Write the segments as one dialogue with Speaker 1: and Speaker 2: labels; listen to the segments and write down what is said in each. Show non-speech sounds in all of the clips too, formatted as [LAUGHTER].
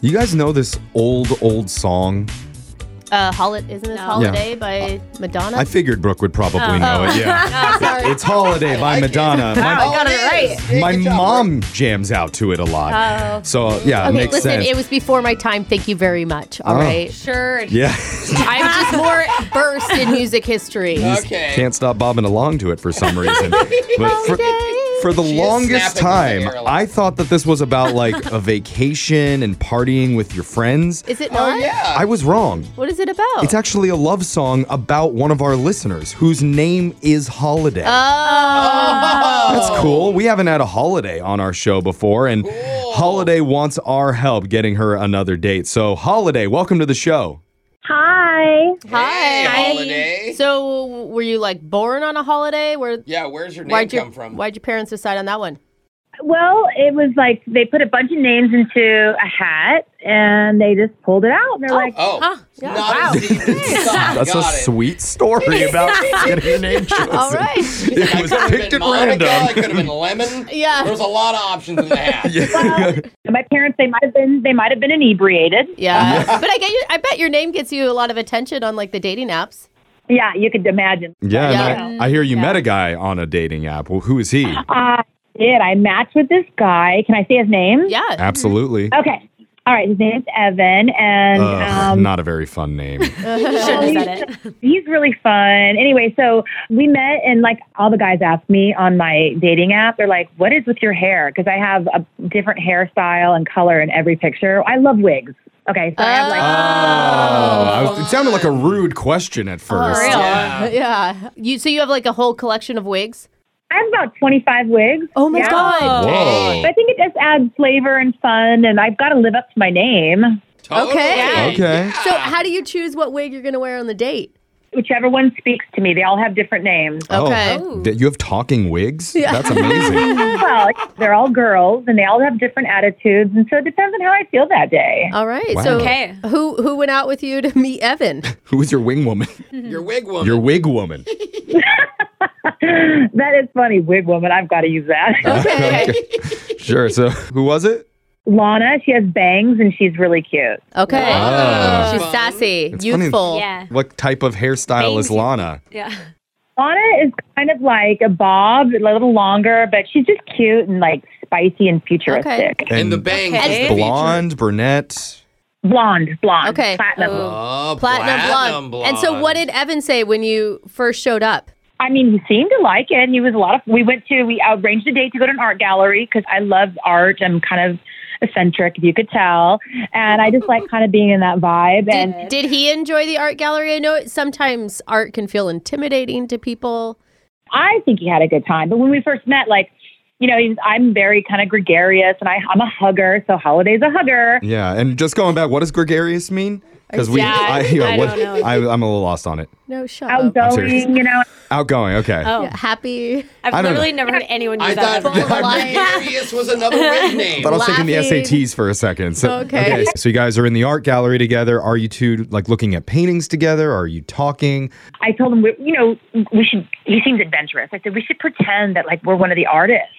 Speaker 1: You guys know this old, old song?
Speaker 2: Uh, holi- isn't this
Speaker 3: No.
Speaker 2: Holiday by Madonna?
Speaker 1: I figured Brooke would probably
Speaker 3: Oh.
Speaker 1: know it.
Speaker 2: [LAUGHS]
Speaker 1: Yeah.
Speaker 2: sorry.
Speaker 1: It's Holiday by
Speaker 2: [LAUGHS]
Speaker 1: Madonna.
Speaker 2: I
Speaker 1: My,
Speaker 2: got it right.
Speaker 1: my mom jams out to it a lot. So, yeah, it
Speaker 2: Oh. Okay,
Speaker 1: makes
Speaker 2: listen,
Speaker 1: sense.
Speaker 2: it was before my time. Thank you very much. All
Speaker 1: Oh.
Speaker 2: right.
Speaker 3: Sure.
Speaker 1: yeah. [LAUGHS]
Speaker 2: I'm just more versed in music history.
Speaker 4: Okay.
Speaker 1: Can't stop bobbing along to it for some reason.
Speaker 2: [LAUGHS]
Speaker 1: but for, for the
Speaker 4: She is
Speaker 1: longest
Speaker 4: snapping in
Speaker 1: time,
Speaker 4: the air a lot.
Speaker 1: I thought that this was about like a vacation and partying with your friends.
Speaker 2: Is it
Speaker 4: oh
Speaker 2: not?
Speaker 4: yeah.
Speaker 1: I was wrong.
Speaker 2: What is it about?
Speaker 1: It's actually a love song about one of our listeners whose name is Holiday.
Speaker 2: oh.
Speaker 1: That's cool. We haven't had a holiday on our show before, and Holiday wants our help getting her another date. So, Holiday, welcome to the
Speaker 4: [LAUGHS]
Speaker 1: show.
Speaker 5: Hi.
Speaker 2: Hi.
Speaker 4: Hey, holiday.
Speaker 2: So, were you like born on a holiday? Where?
Speaker 4: yeah, where's your name
Speaker 2: why'd your
Speaker 4: come from?
Speaker 2: Why'd your parents decide on
Speaker 1: [LAUGHS]
Speaker 2: that one?
Speaker 5: Well, it was like they put a bunch of names into a hat and they just pulled it out and they're like,
Speaker 4: Oh,
Speaker 2: yeah,
Speaker 4: not
Speaker 2: wow.
Speaker 4: as
Speaker 2: [LAUGHS]
Speaker 4: deep as you thought.
Speaker 1: That's
Speaker 4: Got
Speaker 1: a
Speaker 4: it.
Speaker 1: sweet story
Speaker 4: [LAUGHS]
Speaker 1: about getting your name chosen.
Speaker 2: All right.
Speaker 1: It was
Speaker 4: Could've
Speaker 1: picked
Speaker 4: been
Speaker 1: at
Speaker 4: Monica, It
Speaker 1: random.
Speaker 4: could have been lemon.
Speaker 2: [LAUGHS] Yeah.
Speaker 4: There was a lot of options in the hat.
Speaker 1: [LAUGHS] [LAUGHS] Yeah.
Speaker 5: my parents they might have been they might have been inebriated.
Speaker 2: Yeah. but I get you. I bet your name gets you a lot of attention on like the dating apps.
Speaker 5: Yeah, you could imagine.
Speaker 1: Yeah, and
Speaker 2: Yeah.
Speaker 1: I, I hear you met a guy on a dating app. Well, who is
Speaker 2: [LAUGHS]
Speaker 1: he?
Speaker 5: I did. I matched with this guy. Can I say his name?
Speaker 2: Yeah.
Speaker 1: Absolutely.
Speaker 2: Oh,
Speaker 5: Okay. All right. His name is Evan, and
Speaker 1: Ugh,
Speaker 5: um,
Speaker 1: not a very fun
Speaker 2: [LAUGHS]
Speaker 1: name.
Speaker 5: Oh.
Speaker 3: Shouldn't have said it.
Speaker 5: he's really fun. Anyway, so we met, and like all the guys asked me on my dating app, they're like, "What is with your hair?" Because I have a different hairstyle and color in every picture. I love wigs. Okay, so I have like.
Speaker 1: Oh, I was- it sounded like a rude question at first.
Speaker 2: Oh. real?
Speaker 4: Yeah.
Speaker 2: [LAUGHS] Yeah. You so you have like a whole collection of wigs?
Speaker 5: I have about 25 wigs.
Speaker 2: Oh my
Speaker 5: Yeah.
Speaker 2: god.
Speaker 1: Whoa.
Speaker 5: But I think it just adds flavor and fun, and I've got to live up to my name.
Speaker 4: Totally.
Speaker 2: Okay.
Speaker 1: Okay.
Speaker 2: So how do you choose what wig you're gonna wear on the date?
Speaker 5: Whichever one speaks to me, they all have different names.
Speaker 2: Okay.
Speaker 1: Oh, d- you have talking wigs? That's
Speaker 2: [LAUGHS]
Speaker 1: amazing.
Speaker 5: well, they're all girls, and they all have different attitudes, and so it depends on how I feel that day. [GASPS]
Speaker 2: All right.
Speaker 1: Wow.
Speaker 2: So
Speaker 3: Okay.
Speaker 2: who who went out with you to meet
Speaker 1: [LAUGHS]
Speaker 2: Evan?
Speaker 1: Who is your wing woman?
Speaker 4: Your wig woman.
Speaker 1: Your wig woman.
Speaker 5: that is funny, wig woman. I've got to
Speaker 2: [LAUGHS]
Speaker 5: use that.
Speaker 2: Okay.
Speaker 1: Sure. So who was it?
Speaker 5: Lana, she has bangs, and she's really cute.
Speaker 2: Okay.
Speaker 1: Ah.
Speaker 2: She's
Speaker 4: Fun.
Speaker 2: sassy,
Speaker 1: It's funny.
Speaker 2: youthful.
Speaker 3: Yeah.
Speaker 1: What type of hairstyle is
Speaker 3: Bangs.
Speaker 1: Lana?
Speaker 3: Yeah.
Speaker 5: Lana is kind of like a bob, a little longer, but she's just cute and like spicy and futuristic.
Speaker 1: And,
Speaker 4: and the bangs.
Speaker 3: Okay.
Speaker 4: is the
Speaker 1: blonde, brunette.
Speaker 5: Blonde, blonde,
Speaker 2: Okay.
Speaker 5: platinum.
Speaker 3: Oh.
Speaker 4: feature. Oh,
Speaker 2: Platinum,
Speaker 4: platinum
Speaker 2: blonde. And so what did Evan say when you first showed up?
Speaker 5: I mean, he seemed to like it. He was a lot of. We went to. We arranged a date to go to an art gallery because I love art. I'm kind of eccentric, if you could tell, and I just like kind of being in that vibe. And
Speaker 2: Did, did he enjoy the art gallery? I know it, sometimes art can feel intimidating to people.
Speaker 5: I think he had a good time. But when we first met, like, you know, he's, I'm very kind of gregarious, and I, I'm a hugger. So Holiday's a hugger.
Speaker 1: Yeah. And just going back, what does gregarious mean? Because we,
Speaker 3: Yeah, I don't know.
Speaker 1: I, I'm a little lost on it.
Speaker 2: No, shut up.
Speaker 1: serious.
Speaker 5: Outgoing, you know.
Speaker 1: Outgoing. Okay.
Speaker 3: Oh,
Speaker 2: Yeah, happy.
Speaker 3: I've
Speaker 1: I don't
Speaker 3: literally never heard anyone use
Speaker 4: I
Speaker 3: that.
Speaker 4: thought [LAUGHS]
Speaker 3: one.
Speaker 4: gregarious was
Speaker 1: [LAUGHS]
Speaker 4: another wig name.
Speaker 1: But I was taking the
Speaker 2: laughing.
Speaker 1: SATs for a second. So,
Speaker 2: Okay.
Speaker 1: So you guys are in the art gallery together. Are you two like looking at paintings together? Are you talking?
Speaker 5: I told him, we, you know, we should. He seems adventurous. I said we should pretend that like we're one of the artists,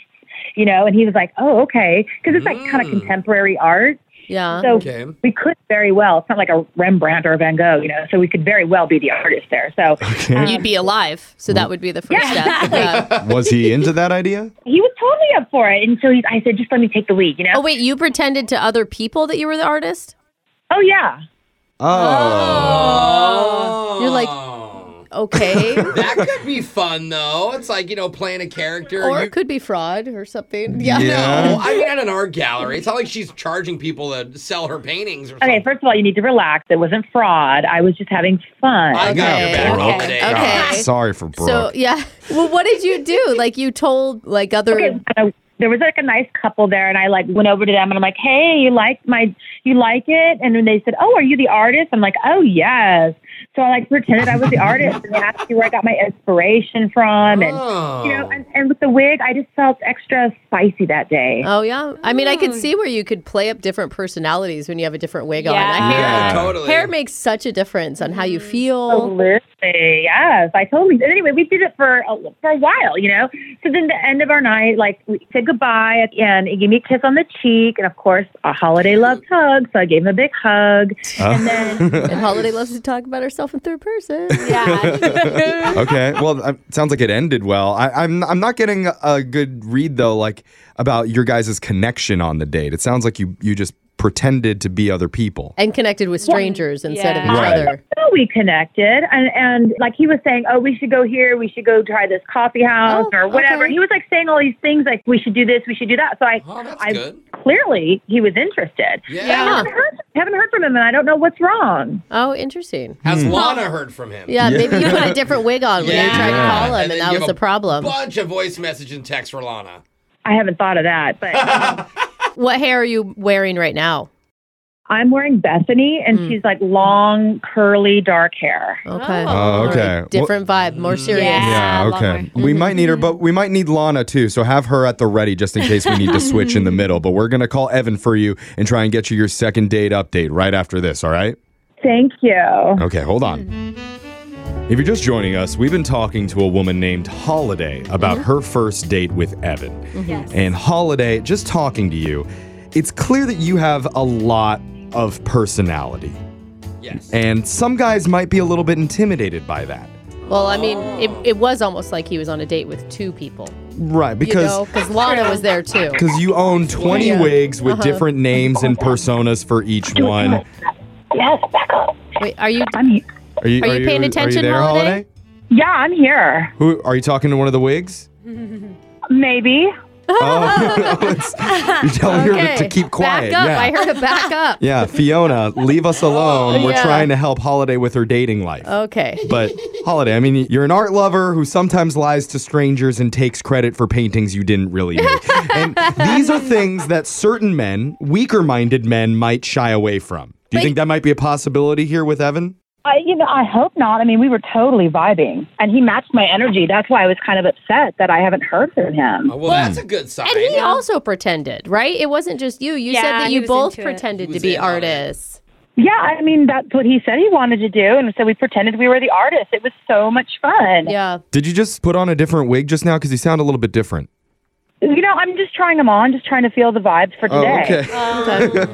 Speaker 5: you know. And he was like, oh, okay, because it's like kind of contemporary art.
Speaker 2: Yeah.
Speaker 5: So
Speaker 4: Okay.
Speaker 5: we could very well. It's not like a Rembrandt or a Van Gogh, you know. So we could very well be the artist there. So
Speaker 2: [LAUGHS] You'd be alive. So
Speaker 1: Mm.
Speaker 2: that would be the first step. Yeah.
Speaker 1: Was he into that idea?
Speaker 5: he was totally up for it. And so he, I said, just let me take the lead, you know.
Speaker 2: Oh, wait, you pretended to other people that you were the artist?
Speaker 5: oh yeah.
Speaker 1: Oh.
Speaker 2: You're like,
Speaker 4: Oh.
Speaker 2: okay.
Speaker 4: That could be fun though. It's like you know playing a character.
Speaker 2: or
Speaker 4: you,
Speaker 2: it could be fraud or something. [LAUGHS] Yeah.
Speaker 4: no,
Speaker 1: Yeah.
Speaker 4: I mean at an art gallery. It's not like she's charging people to sell her paintings or something.
Speaker 5: Okay, first of all, you need to relax. It wasn't fraud. I was just having fun.
Speaker 4: I got
Speaker 2: Okay,
Speaker 4: your back
Speaker 2: okay,
Speaker 4: all day.
Speaker 2: okay.
Speaker 1: God, sorry for Brooke.
Speaker 2: So, yeah. [LAUGHS] Well, what did you do? Like, you told, like, other.
Speaker 5: Okay, so there was like a nice couple there, and I like went over to them and I'm like, "Hey, you like my, you like it?" And then they said, "Oh, are you the artist?" I'm like, "Oh, yes." So I like pretended I was the artist, and they asked me where I got my inspiration from, and
Speaker 4: Oh.
Speaker 5: you know, and, and with the wig, I just felt extra spicy that day.
Speaker 2: Oh, yeah. I mean, I could see where you could play up different personalities when you have a different wig on.
Speaker 3: Yeah.
Speaker 2: I hear
Speaker 1: Yeah.
Speaker 4: totally.
Speaker 2: Hair makes such a difference on how you feel.
Speaker 5: Absolutely. Yes, I totally. and Anyway, we did it for a, for a while, you know. So then the end of our night, like we said goodbye, and he gave me a kiss on the cheek, and of course a holiday love hug. So I gave him a big hug,
Speaker 2: Ah.
Speaker 5: and then
Speaker 2: And Holiday loves to talk about herself in third person.
Speaker 3: Yeah.
Speaker 1: okay. Well, it sounds like it ended well. I, I'm I'm not getting a good read though, like about your guys' connection on the date. It sounds like you you just pretended to be other people.
Speaker 2: And connected with strangers instead of
Speaker 3: Yeah.
Speaker 2: each
Speaker 1: Right.
Speaker 2: other.
Speaker 5: so we connected, and and like he was saying, oh, we should go here, we should go try this coffee house
Speaker 2: Oh,
Speaker 5: or whatever.
Speaker 2: okay.
Speaker 5: He was like saying all these things, like we should do this, we should do that. So I,
Speaker 4: Oh, that's
Speaker 5: I
Speaker 4: good.
Speaker 5: clearly he was interested.
Speaker 4: Yeah.
Speaker 5: I haven't heard, haven't heard from him, and I don't know what's wrong.
Speaker 2: Oh, interesting.
Speaker 1: Hmm.
Speaker 4: Has Lana heard from him?
Speaker 2: Yeah, maybe you put a different wig on when you
Speaker 4: Yeah.
Speaker 2: tried to call him,
Speaker 4: And
Speaker 2: and,
Speaker 4: then
Speaker 2: that
Speaker 4: give
Speaker 2: was
Speaker 4: a
Speaker 2: the problem.
Speaker 4: Bunch of voice message and text for Lana.
Speaker 5: I haven't thought of that,
Speaker 4: [LAUGHS]
Speaker 5: but.
Speaker 2: What hair are you wearing right now?
Speaker 5: I'm wearing Bethany, and she's like long, curly, dark hair.
Speaker 2: Okay.
Speaker 1: Oh, okay. Well-
Speaker 2: Different vibe, more serious.
Speaker 3: Yeah,
Speaker 1: okay. We might need her, but we might need Lana too. So have her at the ready just in case we need to switch in the middle. But we're gonna call Evan for you and try and get you your second date update right after this. All right.
Speaker 5: Thank you.
Speaker 1: Okay, hold on. If you're just joining us, we've been talking to a woman named Holiday about her first date with Evan. And Holiday, just talking to you, it's clear that you have a lot of personality.
Speaker 4: Yes.
Speaker 1: And some guys might be a little bit intimidated by that.
Speaker 2: Well, I mean, it, it was almost like he was on a date with two people,
Speaker 1: Right,
Speaker 2: you know,
Speaker 1: because
Speaker 2: because Lana was there too.
Speaker 1: because you own 20
Speaker 2: Yeah. Uh-huh.
Speaker 1: wigs with different names and personas for each one.
Speaker 5: Yes, Becca.
Speaker 2: Wait, are you?
Speaker 5: I'm he-
Speaker 1: Are you,
Speaker 2: Are you paying
Speaker 1: Are you
Speaker 2: attention,
Speaker 1: there,
Speaker 2: Holiday?
Speaker 1: Holiday?
Speaker 5: yeah, I'm here.
Speaker 1: Who are you talking to? One of the
Speaker 2: [LAUGHS]
Speaker 1: wigs?
Speaker 5: Maybe.
Speaker 1: Oh, [LAUGHS] it's- you're telling her
Speaker 2: Okay,
Speaker 1: to, to keep quiet.
Speaker 2: Back up.
Speaker 1: yeah.
Speaker 2: I heard a back up.
Speaker 1: Yeah, Fiona, leave us alone.
Speaker 2: [LAUGHS]
Speaker 1: We're
Speaker 2: Yeah.
Speaker 1: trying to help Holiday with her dating life.
Speaker 2: Okay.
Speaker 1: But Holiday, I mean, you're an art lover who sometimes lies to strangers and takes credit for paintings you didn't really make. and these are things that certain men, weaker-minded men, might shy away from. Do you think that might be a possibility here with Evan?
Speaker 5: I, you know, I hope not. I mean, we were totally vibing, and he matched my energy. That's why I was kind of upset that I haven't heard from him.
Speaker 4: Oh, well, that's a good sign.
Speaker 2: And he also pretended, right? It wasn't just you. You said
Speaker 3: Yeah,
Speaker 2: that
Speaker 3: he
Speaker 2: you
Speaker 3: was
Speaker 2: both
Speaker 3: into it.
Speaker 2: pretended to
Speaker 4: He was
Speaker 2: be
Speaker 4: in on it.
Speaker 2: artists.
Speaker 5: Yeah, I mean, that's what he said he wanted to do, and so we pretended we were the artists. It was so much fun.
Speaker 2: Yeah.
Speaker 1: Did you just put on a different wig just now? Because you sound a little bit different.
Speaker 5: You know, I'm just trying them on, just trying to feel the vibes
Speaker 1: Oh,
Speaker 5: for today.
Speaker 1: [LAUGHS]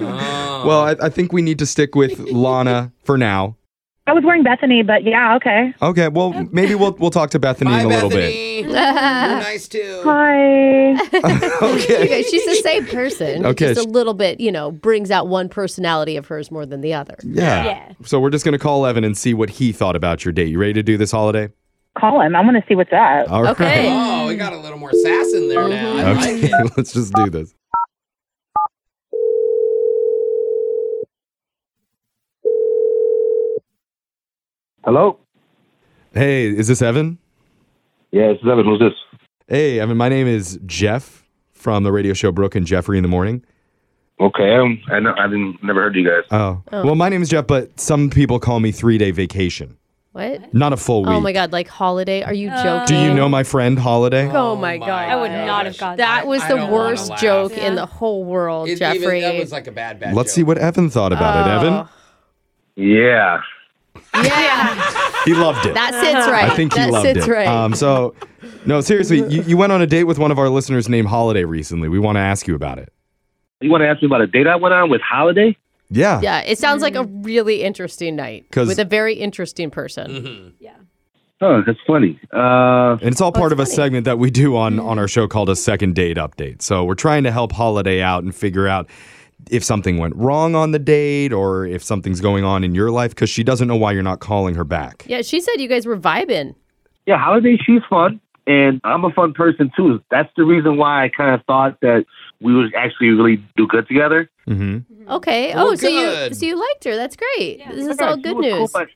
Speaker 1: well, I, I think we need to stick with Lana for now.
Speaker 5: I was wearing Bethany, but yeah, okay.
Speaker 1: Okay, well, maybe we'll we'll talk to Bethany
Speaker 4: Bye,
Speaker 1: in a little bit.
Speaker 4: Bethany. You're nice too.
Speaker 5: [LAUGHS] Hi.
Speaker 1: Okay.
Speaker 2: Okay, she's the same person.
Speaker 1: Okay,
Speaker 2: Just
Speaker 1: she-
Speaker 2: a little bit, you know, brings out one personality of hers more than the other.
Speaker 1: [LAUGHS] Yeah.
Speaker 3: Yeah.
Speaker 1: So we're just going to call Evan and see what he thought about your date. You ready to do this holiday?
Speaker 5: Call him. I want to see what's up.
Speaker 1: All right.
Speaker 2: Okay.
Speaker 4: Oh, we got a little more sass in there now. I
Speaker 1: [LAUGHS]
Speaker 4: like
Speaker 2: [LAUGHS]
Speaker 1: Okay,
Speaker 4: it.
Speaker 1: let's just do this.
Speaker 6: Hello?
Speaker 1: Hey, is this Evan?
Speaker 6: Yeah, this is Evan. Who's this?
Speaker 1: Hey, Evan, my name is Jeff from the radio show Brooke and Jeffrey in the Morning.
Speaker 6: Okay, um, I know, I didn't never heard of you guys.
Speaker 1: Oh. Well, my name is Jeff, but some people call me three day vacation,
Speaker 2: What? Uh,
Speaker 1: not a full week.
Speaker 2: Oh my God! Like holiday? Are you joking?
Speaker 1: Do you know my friend Holiday?
Speaker 2: Oh my God!
Speaker 3: I would not have gotten
Speaker 2: That was
Speaker 4: I
Speaker 2: the
Speaker 4: don't
Speaker 2: worst
Speaker 4: wanna
Speaker 2: joke
Speaker 3: laugh.
Speaker 2: in the whole world,
Speaker 4: It even-
Speaker 2: Jeffrey.
Speaker 4: that was like a bad, bad
Speaker 1: Let's see
Speaker 4: joke.
Speaker 1: what Evan thought about it. Evan,
Speaker 2: Oh.
Speaker 6: Yeah.
Speaker 4: [LAUGHS]
Speaker 2: yeah,
Speaker 1: he loved it.
Speaker 2: that sits right.
Speaker 1: I think he
Speaker 2: that
Speaker 1: loved
Speaker 2: sits
Speaker 1: it.
Speaker 2: right.
Speaker 1: Um, so, no, seriously, you, you went on a date with one of our listeners named Holiday recently. We want to ask you about it.
Speaker 6: You want to ask me about a date I went on with Holiday?
Speaker 1: Yeah.
Speaker 2: yeah, it sounds like a really interesting night
Speaker 1: 'Cause-
Speaker 2: with a very interesting person.
Speaker 6: Huh, that's funny. Uh,
Speaker 1: And
Speaker 2: Oh,
Speaker 1: it's all part of a segment that we do on
Speaker 2: Mm-hmm.
Speaker 1: on our show called a second date update. So we're trying to help Holiday out and figure out if something went wrong on the date or if something's going on in your life because she doesn't know why you're not calling her back.
Speaker 2: Yeah, she said you guys were vibing.
Speaker 6: yeah, Holiday, she's fun, and I'm a fun person too. That's the reason why I kind of thought that we would actually really do good together.
Speaker 1: hmm
Speaker 2: Okay.
Speaker 4: Well,
Speaker 2: oh, so you
Speaker 4: good.
Speaker 2: so you liked her? That's great. This is
Speaker 6: Yeah,
Speaker 2: all
Speaker 6: she
Speaker 2: good
Speaker 6: was cool,
Speaker 2: news.
Speaker 6: but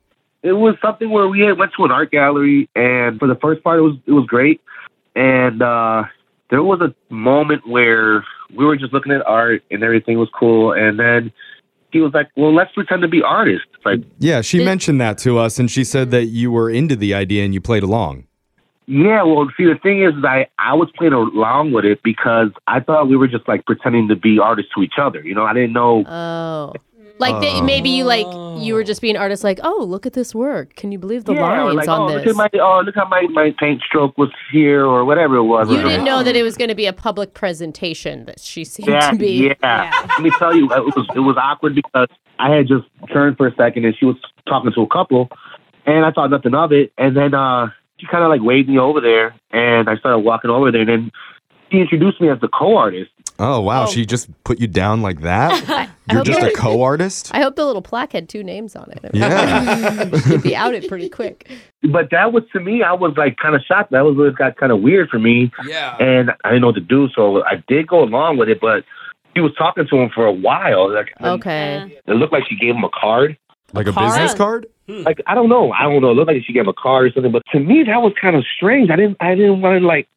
Speaker 6: it was something where we had went to an art gallery, and for the first part, it was it was great. And uh, there was a moment where we were just looking at art, and everything was cool. And then he was like, "Well, let's pretend to be artists." Like,
Speaker 1: Yeah, she
Speaker 2: Did- Mm-hmm.
Speaker 1: mentioned that to us and she said that you were into the idea and you played along.
Speaker 6: yeah. Well, see, the thing is, I I was playing along with it because I thought we were just like pretending to be artists to each other. You know, I didn't know
Speaker 2: Oh, Like they,
Speaker 6: Oh.
Speaker 2: maybe you like you were just being artist, like, oh, look at this work. Can you believe the
Speaker 6: or
Speaker 2: lines
Speaker 6: like,
Speaker 2: on
Speaker 6: oh,
Speaker 2: this?
Speaker 6: Look at my, oh, look how my, my paint stroke was here, or whatever it was.
Speaker 2: You didn't know that it was going to be a public presentation that she seemed
Speaker 6: Yeah,
Speaker 2: to be.
Speaker 6: yeah. Let me tell you, it was it was awkward because I had just turned for a second and she was talking to a couple, and I thought nothing of it. And then uh, she kind of like waved me over there, and I started walking over there. And then she introduced me as the co-artist.
Speaker 1: Oh wow, she just put you down like
Speaker 2: [LAUGHS]
Speaker 1: that. You're just a co-artist.
Speaker 2: I hope the little plaque had two names on it.
Speaker 1: Yeah.
Speaker 2: she could be outed pretty
Speaker 6: [LAUGHS]
Speaker 2: quick.
Speaker 6: But that was to me, I was like kind of shocked. That was what got kind of weird for me.
Speaker 4: Yeah.
Speaker 6: And I didn't know what to do, so I did go along with it. But she was talking to him for a while. Like,
Speaker 2: Okay.
Speaker 3: Uh,
Speaker 6: It looked like she gave him a card.
Speaker 1: Like a
Speaker 6: card? business
Speaker 1: card?
Speaker 6: Like I don't know. I don't know. It looked like she gave him a card or something. But to me that was kind of strange. I didn't I didn't want to like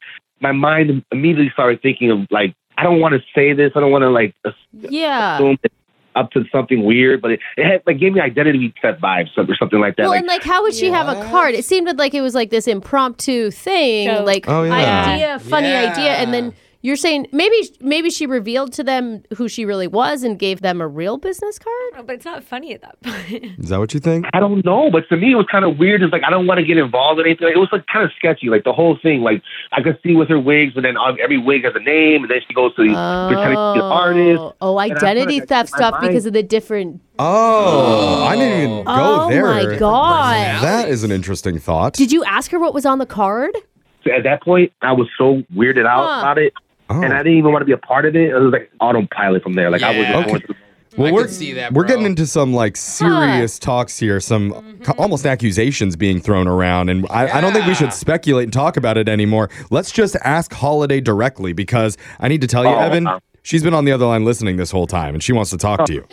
Speaker 6: my mind immediately started thinking of like I don't want to say this. I don't want to like
Speaker 2: Uh. Yeah.
Speaker 6: assume it's up to something weird, but it, it had, like gave me identity theft vibes or something like that.
Speaker 2: Well,
Speaker 6: like,
Speaker 2: and like, how would she have a card? It seemed like it was like this impromptu thing, like
Speaker 6: Oh, yeah.
Speaker 2: idea, funny
Speaker 6: Yeah.
Speaker 2: idea, and then you're saying maybe maybe she revealed to them who she really was and gave them a real business card.
Speaker 3: Oh, But it's not funny at that point. [LAUGHS]
Speaker 1: Is that what you think?
Speaker 6: I don't know, but to me it was kind of weird. It's like I don't want to get involved in anything. Like, it was like kind of sketchy, like the whole thing. Like I could see with her wigs, but then um, every wig has a name, and then she goes to the pretending to be an
Speaker 2: Oh,
Speaker 6: artist.
Speaker 2: oh,
Speaker 6: And I
Speaker 2: identity
Speaker 6: feel like
Speaker 2: theft
Speaker 6: I changed my
Speaker 2: stuff because of the different.
Speaker 1: Oh, I didn't even go
Speaker 2: Oh
Speaker 1: there.
Speaker 2: my god!
Speaker 1: That is an interesting thought.
Speaker 2: Did you ask her what was on the
Speaker 6: [LAUGHS]
Speaker 2: card?
Speaker 6: So at that point, I was so weirded out
Speaker 2: Huh.
Speaker 6: about it,
Speaker 1: Oh.
Speaker 6: and I didn't even want to be a part of it. It was like autopilot from there. Like I was
Speaker 1: Yeah.
Speaker 6: just going
Speaker 1: Okay. Well, we're, we're getting into some like serious talks here, some co- almost accusations being thrown around, and I, I don't think we should speculate and talk about it anymore. Let's just ask Holiday directly because I need to tell you,
Speaker 6: Oh,
Speaker 1: Evan,
Speaker 6: wow.
Speaker 1: she's been on the other line listening this whole time, and she wants to talk to you.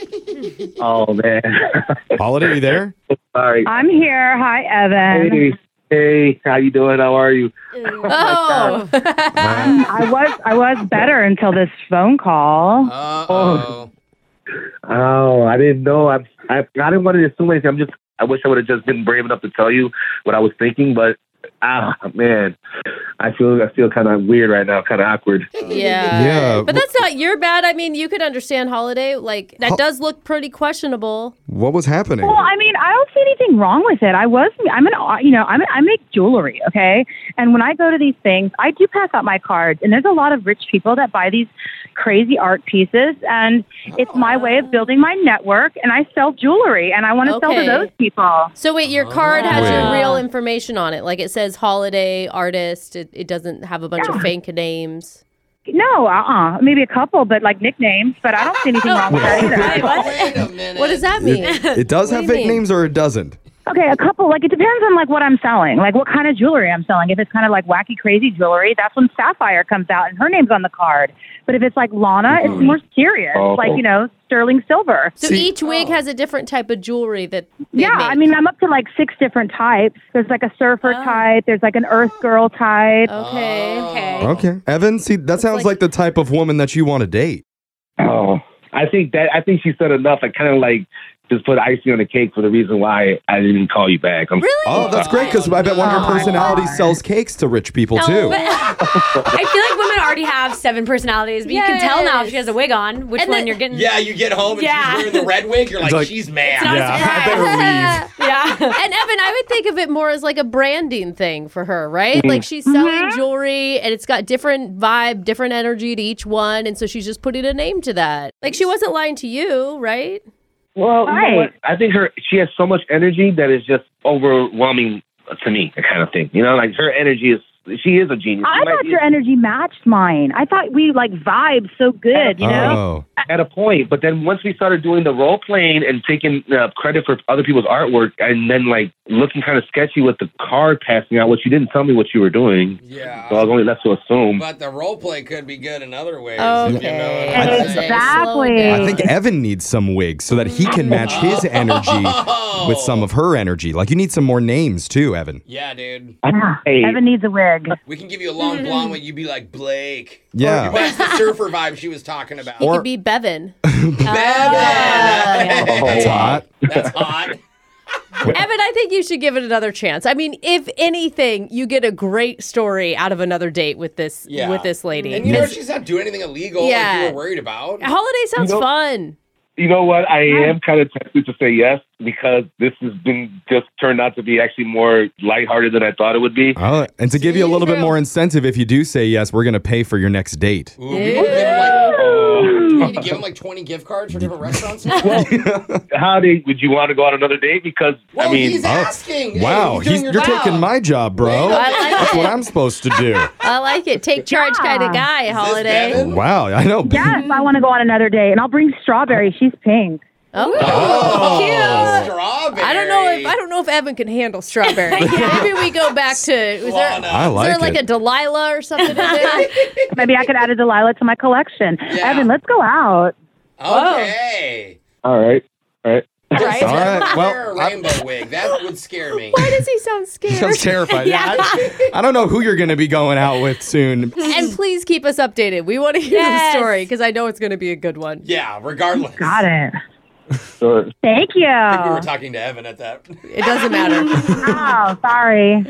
Speaker 6: Oh man, [LAUGHS]
Speaker 1: Holiday, are you there?
Speaker 6: Sorry.
Speaker 5: I'm here. Hi, Evan.
Speaker 6: Hey, hey, how you doing? How are you?
Speaker 5: Oh,
Speaker 6: [LAUGHS]
Speaker 5: I was I was better until this phone call.
Speaker 6: Oh, oh, I didn't know. I, I, I didn't want to assume anything. I'm just. I wish I would have just been brave enough to tell you what I was thinking, but ah, man, I feel I feel kind of weird right now, kind of awkward.
Speaker 2: Yeah.
Speaker 6: Yeah.
Speaker 2: Uh, But that's not your bad. I mean, you could understand holiday. Like that does look pretty questionable.
Speaker 1: What was happening?
Speaker 5: Well, I mean, I don't see anything wrong with it. I was, I'm an, you know, I'm, I make jewelry, okay? And when I go to these things, I do pass out my cards. And there's a lot of rich people that buy these crazy art pieces. And it's my way of building my network. And I sell jewelry and I want to sell
Speaker 2: Okay.
Speaker 5: to those people.
Speaker 2: So wait, your card
Speaker 1: Oh.
Speaker 2: has your
Speaker 5: Wait.
Speaker 2: real information on it. Like it says holiday artist. It, it doesn't have a bunch of fake names.
Speaker 5: No, uh uh Maybe a couple, but like nicknames. But I don't see anything wrong with that either.
Speaker 4: [LAUGHS]
Speaker 2: What does that mean?
Speaker 1: [LAUGHS] It, it does
Speaker 5: What do
Speaker 1: have
Speaker 5: you
Speaker 1: fake
Speaker 5: mean?
Speaker 1: names or it doesn't.
Speaker 5: Okay, a couple. Like it depends on like what I'm selling, like what kind of jewelry I'm selling. If it's kind of like wacky, crazy jewelry, that's when Sapphire comes out and her name's on the card. But if it's like Lana, it's more serious,
Speaker 2: Oh.
Speaker 5: like you know, sterling silver.
Speaker 2: So each wig has a different type of jewelry that. They
Speaker 5: Oh. yeah,
Speaker 2: make. Oh. [LAUGHS]
Speaker 5: I mean, I'm up to like six different types. There's like a surfer type. There's like an earth girl type.
Speaker 4: Oh.
Speaker 2: Okay. Okay.
Speaker 1: Okay. Evan, see, that sounds like, the type of woman that you want to date.
Speaker 6: Oh, I think that I think she said enough. I kind of like just put icing on the cake for the reason why I didn't call you back. I'm,
Speaker 2: really?
Speaker 1: Oh, that's great because I bet one of her personalities sells cakes to rich people
Speaker 3: No,
Speaker 1: too.
Speaker 3: but- I feel like women already have seven personalities, but you can tell now if she has a wig on which one you're getting.
Speaker 4: Yeah, you get home and
Speaker 3: Yeah.
Speaker 4: she's wearing the red wig. You're
Speaker 1: It's
Speaker 4: like,
Speaker 1: like-
Speaker 4: she's mad.
Speaker 1: It's not a Yeah, I surprise. better leave.
Speaker 3: yeah.
Speaker 2: and
Speaker 4: [LAUGHS]
Speaker 2: Evan, I would think of it more as like a branding thing for her, right?
Speaker 1: Mhm.
Speaker 2: Like she's selling
Speaker 5: Mm-hmm.
Speaker 2: jewelry and it's got different vibe, different energy to each one. And so she's just putting a name to that. Like she wasn't lying to you, right?
Speaker 6: well, you know what? I think her she has so much energy that is just overwhelming to me, that kind of thing. You know, like her energy is she is a genius.
Speaker 5: I
Speaker 6: She might
Speaker 5: thought
Speaker 6: be-
Speaker 5: your energy matched mine. I thought we like vibed so good, you
Speaker 1: Oh.
Speaker 5: know.
Speaker 6: At a point, but then once we started doing the role playing and taking uh, credit for other people's artwork, and then like looking kind of sketchy with the card passing out, which you didn't tell me what you were doing.
Speaker 4: Yeah.
Speaker 6: So I was only left to assume.
Speaker 4: But the role play could be good in other ways. If you know
Speaker 2: Okay.
Speaker 4: what I'm saying.
Speaker 5: Exactly.
Speaker 1: I think Evan needs some wigs so that he can match his energy
Speaker 4: Oh.
Speaker 1: with some of her energy. Like you need some more names too, Evan.
Speaker 4: Yeah, dude.
Speaker 2: Oh.
Speaker 5: Evan needs a wig.
Speaker 2: [LAUGHS]
Speaker 4: We can give you a long blonde one. You'd be like Blake.
Speaker 1: Yeah.
Speaker 4: But it's the surfer vibe she was talking about.
Speaker 2: It could be Bevan. Oh.
Speaker 4: Bevan!
Speaker 1: That's hot.
Speaker 4: [LAUGHS] That's hot.
Speaker 2: Evan, I think you should give it another chance. I mean, if anything, you get a great story out of another date with this
Speaker 4: Yeah.
Speaker 2: with this lady.
Speaker 4: And you know
Speaker 2: It's-
Speaker 4: she's not doing anything illegal like
Speaker 2: Yeah.
Speaker 4: you were worried about.
Speaker 2: Holiday sounds fun.
Speaker 6: You know what? I am kind of tempted to say yes because this has been just turned out to be actually more lighthearted than I thought it would be.
Speaker 1: Oh, and to give you a little bit more incentive, if you do say yes, we're going to pay for your next date.
Speaker 4: Ooh, we would give him like,
Speaker 2: Hmm.
Speaker 4: do we need to give him like 20 gift cards for different restaurants?
Speaker 1: [LAUGHS]
Speaker 4: well,
Speaker 6: How do would you want to go on another date? Because I mean,
Speaker 4: he's asking. Hey,
Speaker 1: uh, Wow,
Speaker 4: he's doing
Speaker 1: he's,
Speaker 4: your
Speaker 1: you're
Speaker 4: job.
Speaker 1: taking my job, bro.
Speaker 2: I like
Speaker 1: That's
Speaker 2: it.
Speaker 1: what I'm supposed to do.
Speaker 2: I like it. Take charge kind of guy, Holiday.
Speaker 4: Devin?
Speaker 1: Wow, I know.
Speaker 5: Yes, I want to go on another day, and I'll bring strawberry. She's pink.
Speaker 2: Oh,
Speaker 4: Oh,
Speaker 2: cute.
Speaker 4: strawberry.
Speaker 2: I don't know if I don't know if Evan can handle
Speaker 4: [LAUGHS]
Speaker 2: strawberry. Maybe we go back to is there,
Speaker 4: Lana.
Speaker 1: I
Speaker 2: is
Speaker 1: like
Speaker 2: there
Speaker 1: it.
Speaker 2: like a Delilah or something in
Speaker 4: [LAUGHS]
Speaker 2: there?
Speaker 5: Maybe I could add a Delilah to my collection.
Speaker 4: Yeah.
Speaker 5: Evan, let's go out.
Speaker 1: Uh,
Speaker 4: Okay.
Speaker 6: all right, all right.
Speaker 1: All right,
Speaker 4: Wear a
Speaker 1: uh, well, I'm,
Speaker 4: rainbow wig. That would scare me.
Speaker 2: [LAUGHS] Why does he sound scared?
Speaker 1: sounds terrified. yeah. I, I don't know who you're going to be going out with soon.
Speaker 2: and please keep us updated. We want to hear
Speaker 3: Yes.
Speaker 2: the story because I know it's going to be a good one.
Speaker 4: Yeah, regardless.
Speaker 5: Got it.
Speaker 6: So
Speaker 5: Thank you.
Speaker 4: I
Speaker 2: Uh.
Speaker 4: think we were talking to Evan at that.
Speaker 2: It doesn't matter.
Speaker 5: oh, sorry.